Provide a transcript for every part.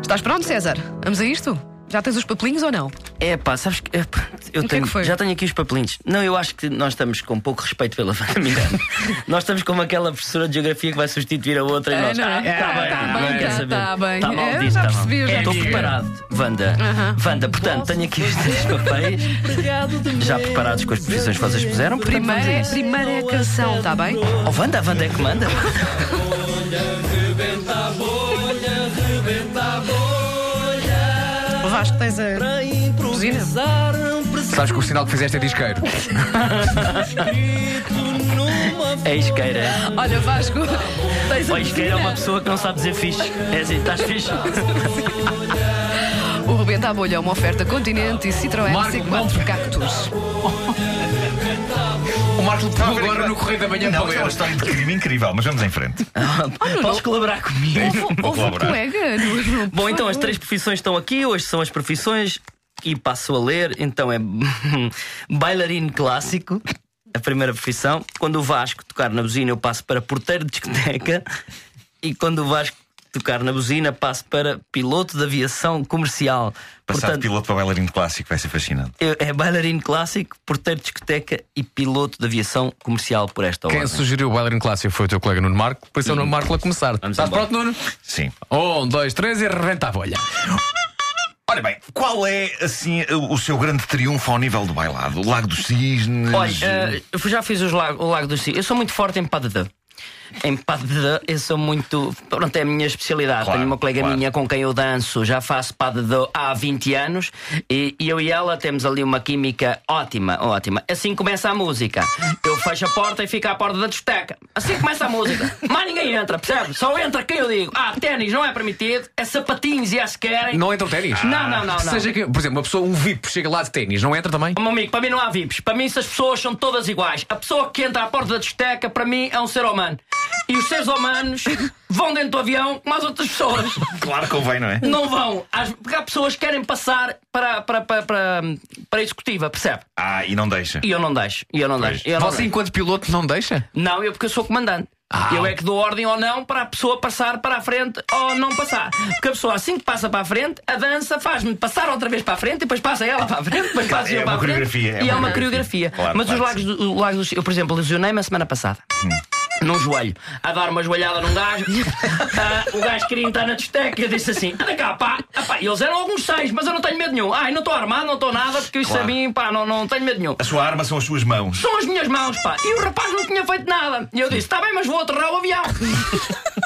Estás pronto, César? Vamos a isto? Já tens os papelinhos ou não? É pá, sabes que. epá, eu que é tenho, que foi? Já tenho aqui os papelinhos. Não, eu acho que nós estamos com pouco respeito pela Vanda Miranda. nós estamos como aquela professora de geografia que vai substituir a outra e nós. não, tá "Ah, bem, tá bem, não quer tá, saber." tá bem. Tá mal Eu disso, já tá mal. percebi, eu já Estou percebi. preparado, Wanda. Wanda, portanto, tenho aqui estes papéis já preparados com as posições que vocês puseram. portanto, vamos Primeiro a é, isso. primeiro é a canção, está bem? Oh, Wanda, a Wanda é que manda. O Vasco tens a buzina. Sabes que o sinal que fizeste é disqueiro. É isqueira. Olha, Vasco, tens a Ou isqueira é uma buzina. pessoa que não sabe dizer fixe. É assim, estás fixe? O Rebenta à Bolha é uma oferta Continente e Citroën Marco, C4 Cactus. O Marco levou agora no correio da manhã Não, para é uma ver. história de crime incrível, mas vamos em frente. Podes colaborar comigo? Houve, houve um colaborar. colega no grupo. Bom, então as três profissões estão aqui, hoje são as profissões e passo a ler. Então é bailarino clássico, a primeira profissão. Quando o Vasco tocar na buzina, eu passo para porteiro de discoteca. E quando o Vasco tocar na buzina, passo para piloto de aviação comercial. Passar de piloto para bailarino clássico vai ser fascinante. eu- é bailarino clássico, porteiro de discoteca e piloto de aviação comercial por esta hora. Quem sugeriu o Bailarino Clássico foi o teu colega Nuno Marco, por isso é o Nuno Marco a começar. Vamos Estás embora. pronto, Nuno? Sim. Um, dois, três e reventa a bolha. Olha bem, qual é assim o seu grande triunfo ao nível do bailado? O Lago dos Cisnes? Olha, eh, eu já fiz os lago, o Lago do Cisne. Eu sou muito forte em padadã. Em padadã, eu sou muito. Pronto, é a minha especialidade. Claro, Tenho uma colega claro. minha com quem eu danço, já faço padadã há 20 anos e, e eu e ela temos ali uma química ótima, ótima. Assim começa a música. Eu fecho a porta e fico à porta da discoteca. Assim começa a música. Mais ninguém entra, percebe? Só entra quem eu digo. Ah, ténis não é permitido, é sapatinhos e as querem. Não entram ténis? Não, não, não, não. Seja que, por exemplo, uma pessoa, um VIP, chega lá de ténis, não entra também? Oh, Meu amigo, para mim não há VIPs. Para mim, essas pessoas são todas iguais. A pessoa que entra à porta da discoteca, para mim, é um ser humano. E os seres humanos vão dentro do avião como as outras pessoas. Claro que convém, não é? Não vão. Às- Porque há pessoas que querem passar para, para, para, para, para a executiva, percebe? Ah, e não deixa. E eu não deixo. E eu não deixo. E eu não, Você, enquanto piloto, não deixa? deixo. não, eu porque eu sou comandante. Ah. Eu é que dou ordem ou não para a pessoa passar para a frente ou não passar. Porque a pessoa, assim que passa para a frente, a dança faz-me passar outra vez para a frente, depois passa ela para a frente, depois Claro, passa é eu uma para a frente. coreografia, é e uma é uma coreografia. coreografia. Claro, Mas claro, Hum. os lagos, do, o lago dos. Eu, por exemplo, lesionei-me a semana passada. Num joelho, a dar uma joelhada num gajo, Ah, o gajo queria entrar na discoteca e eu disse assim: anda cá, pá, Ah, pá. E eles eram alguns seis, mas eu não tenho medo nenhum. Ai, não estou armado, não estou nada, porque isso Claro. a mim, pá, não, não tenho medo nenhum A sua arma são as suas mãos. são as minhas mãos, pá. E o rapaz não tinha feito nada. E eu disse, está bem, mas vou aterrar o avião.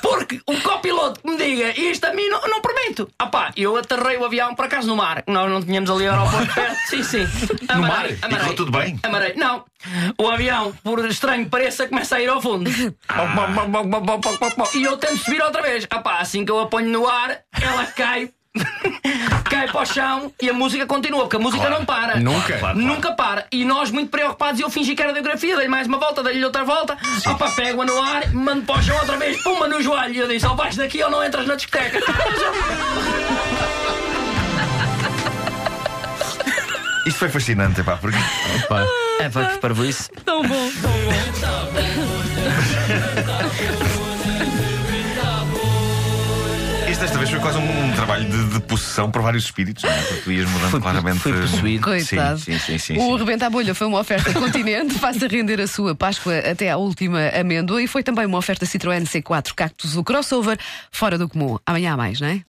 Porque o copiloto que me diga isto a mim não, não prometo. Ah pá, eu aterrei o avião por acaso no mar. Nós não tínhamos ali aeroporto perto. Sim, sim. Amarei, mar? E correu tudo bem? Amarei. Não. O avião, por estranho que pareça, começa a ir ao fundo. Ah. E eu tento subir outra vez. Ah pá, assim que eu a ponho no ar, ela cai. cai para o chão e a música continua, porque a música Claro. não para. Nunca. Claro. Nunca para. E nós, muito preocupados, eu fingi que era biografia, dei-lhe mais uma volta, dei-lhe outra volta. Opa, pego-a no ar, mando para o chão outra vez, puma no joelho. E eu disse: Ó, vais daqui ou não entras na discoteca. Isto foi fascinante, pá, porque é, vai para isso. Tão bom. isto desta vez foi quase um, um trabalho de, de possessão por vários espíritos, não é? Porque tu ias mudando claramente. eh, fui possuído. Coitado. Sim, sim, sim. sim, O sim. Rebenta à Bolha foi uma oferta continente, faça render a sua Páscoa até à última amêndoa e foi também uma oferta Citroën C4 Cactus, o crossover fora do comum. Amanhã há mais, não é?